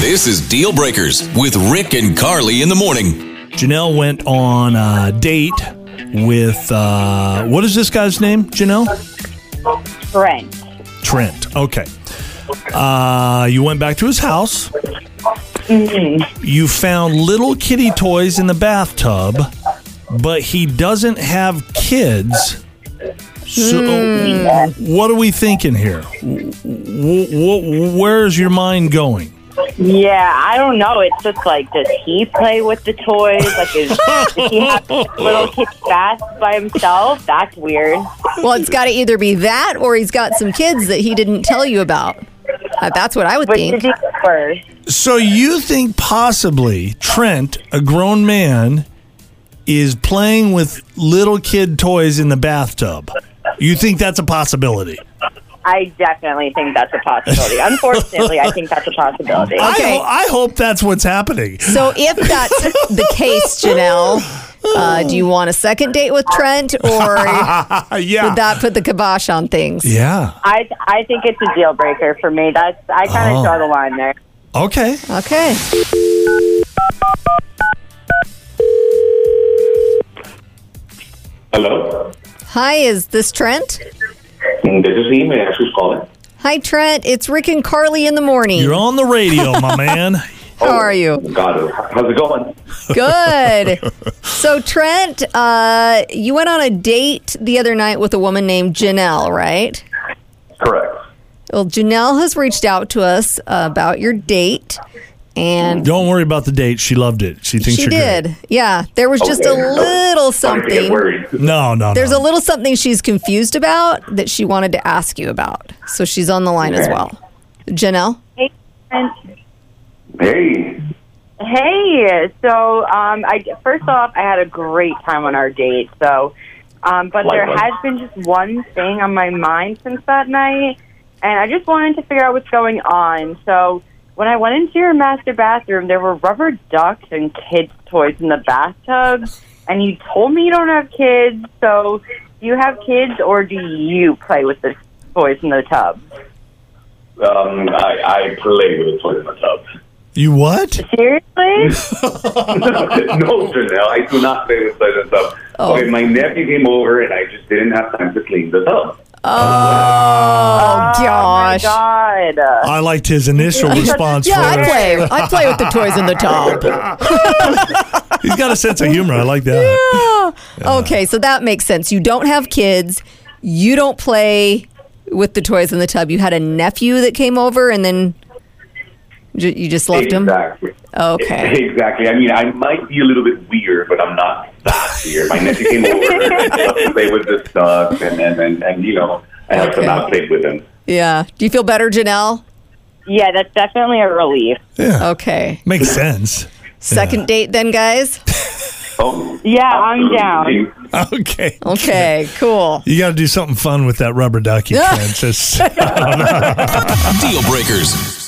This is Deal Breakers with Rick and Carly in the morning. Janelle went on a date with uh, what is this guy's name? Janelle Brent. Trent. Okay. Uh, you went back to his house. You found little kitty toys in the bathtub, but he doesn't have kids. So, what are we thinking here? W- w- where's your mind going? Yeah, I don't know. It's just like, does he play with the toys? Like, is, does he have little kids fast by himself? That's weird. Well, it's got to either be that or he's got some kids that he didn't tell you about. Uh, that's what I would Which think. is he first? So you think possibly Trent, a grown man, is playing with little kid toys in the bathtub? You think that's a possibility? I definitely think that's a possibility. Unfortunately, I think that's a possibility. I, Okay. ho- I hope that's what's happening. So if that's the case, Janelle, uh, do you want a second date with Trent or would yeah. that put the kibosh on things? yeah. I I think it's a deal breaker for me. That's I kind of Oh. draw the line there. Okay. Okay. Hello. Hi, is this Trent? Mm, This is he. May I ask who's calling? Hi, Trent. It's Rick and Carly in the morning. You're on the radio, my man. How are you? Got it. How's it going? Good. So, Trent, uh, you went on a date the other night with a woman named Janelle, right? Correct. Well, Janelle has reached out to us uh, about your date, and Don't worry about the date. She loved it. She thinks she you're did. good. Yeah, there was just a Okay, no. little Starting to get something. worried. No, no. There's no. a little something she's confused about that she wanted to ask you about. So she's on the line as Okay. well. Janelle? And Hey. hey, so um, I first off, I had a great time on our date. So, um, but there Likewise. has been just one thing on my mind since that night, and I just wanted to figure out what's going on. So. When I went into your master bathroom, there were rubber ducks and kids' toys in the bathtub, and you told me you don't have kids. So, do you have kids, or do you play with the toys in the tub? Um, I, I play with a toy in the tub. You what? Seriously? no, Janelle, I do not play with toys in the tub. Oh. Okay, my nephew came over and I just didn't have time to clean the tub. Oh, my gosh. God. I liked his initial response. yeah, I for play. I play with the toys in the tub. He's got a sense of humor. I like that. Ah, Okay, so that makes sense. You don't have kids. You don't play with the toys in the tub. You had a nephew that came over, and then j- you just left him. exactly. Okay. Exactly. I mean, I might be a little bit weird, but I'm not that weird. My nephew came over and played with the stuff, and and, and, and you know, I have to Okay. not play with him. Yeah. Do you feel better, Janelle? Yeah, that's definitely a relief. Okay. Makes sense. Second date, then, guys. Oh, Yeah, I'm down. absolutely. Okay. Okay. Cool. You got to do something fun with that rubber ducky, Trent. Just- Deal Breakers.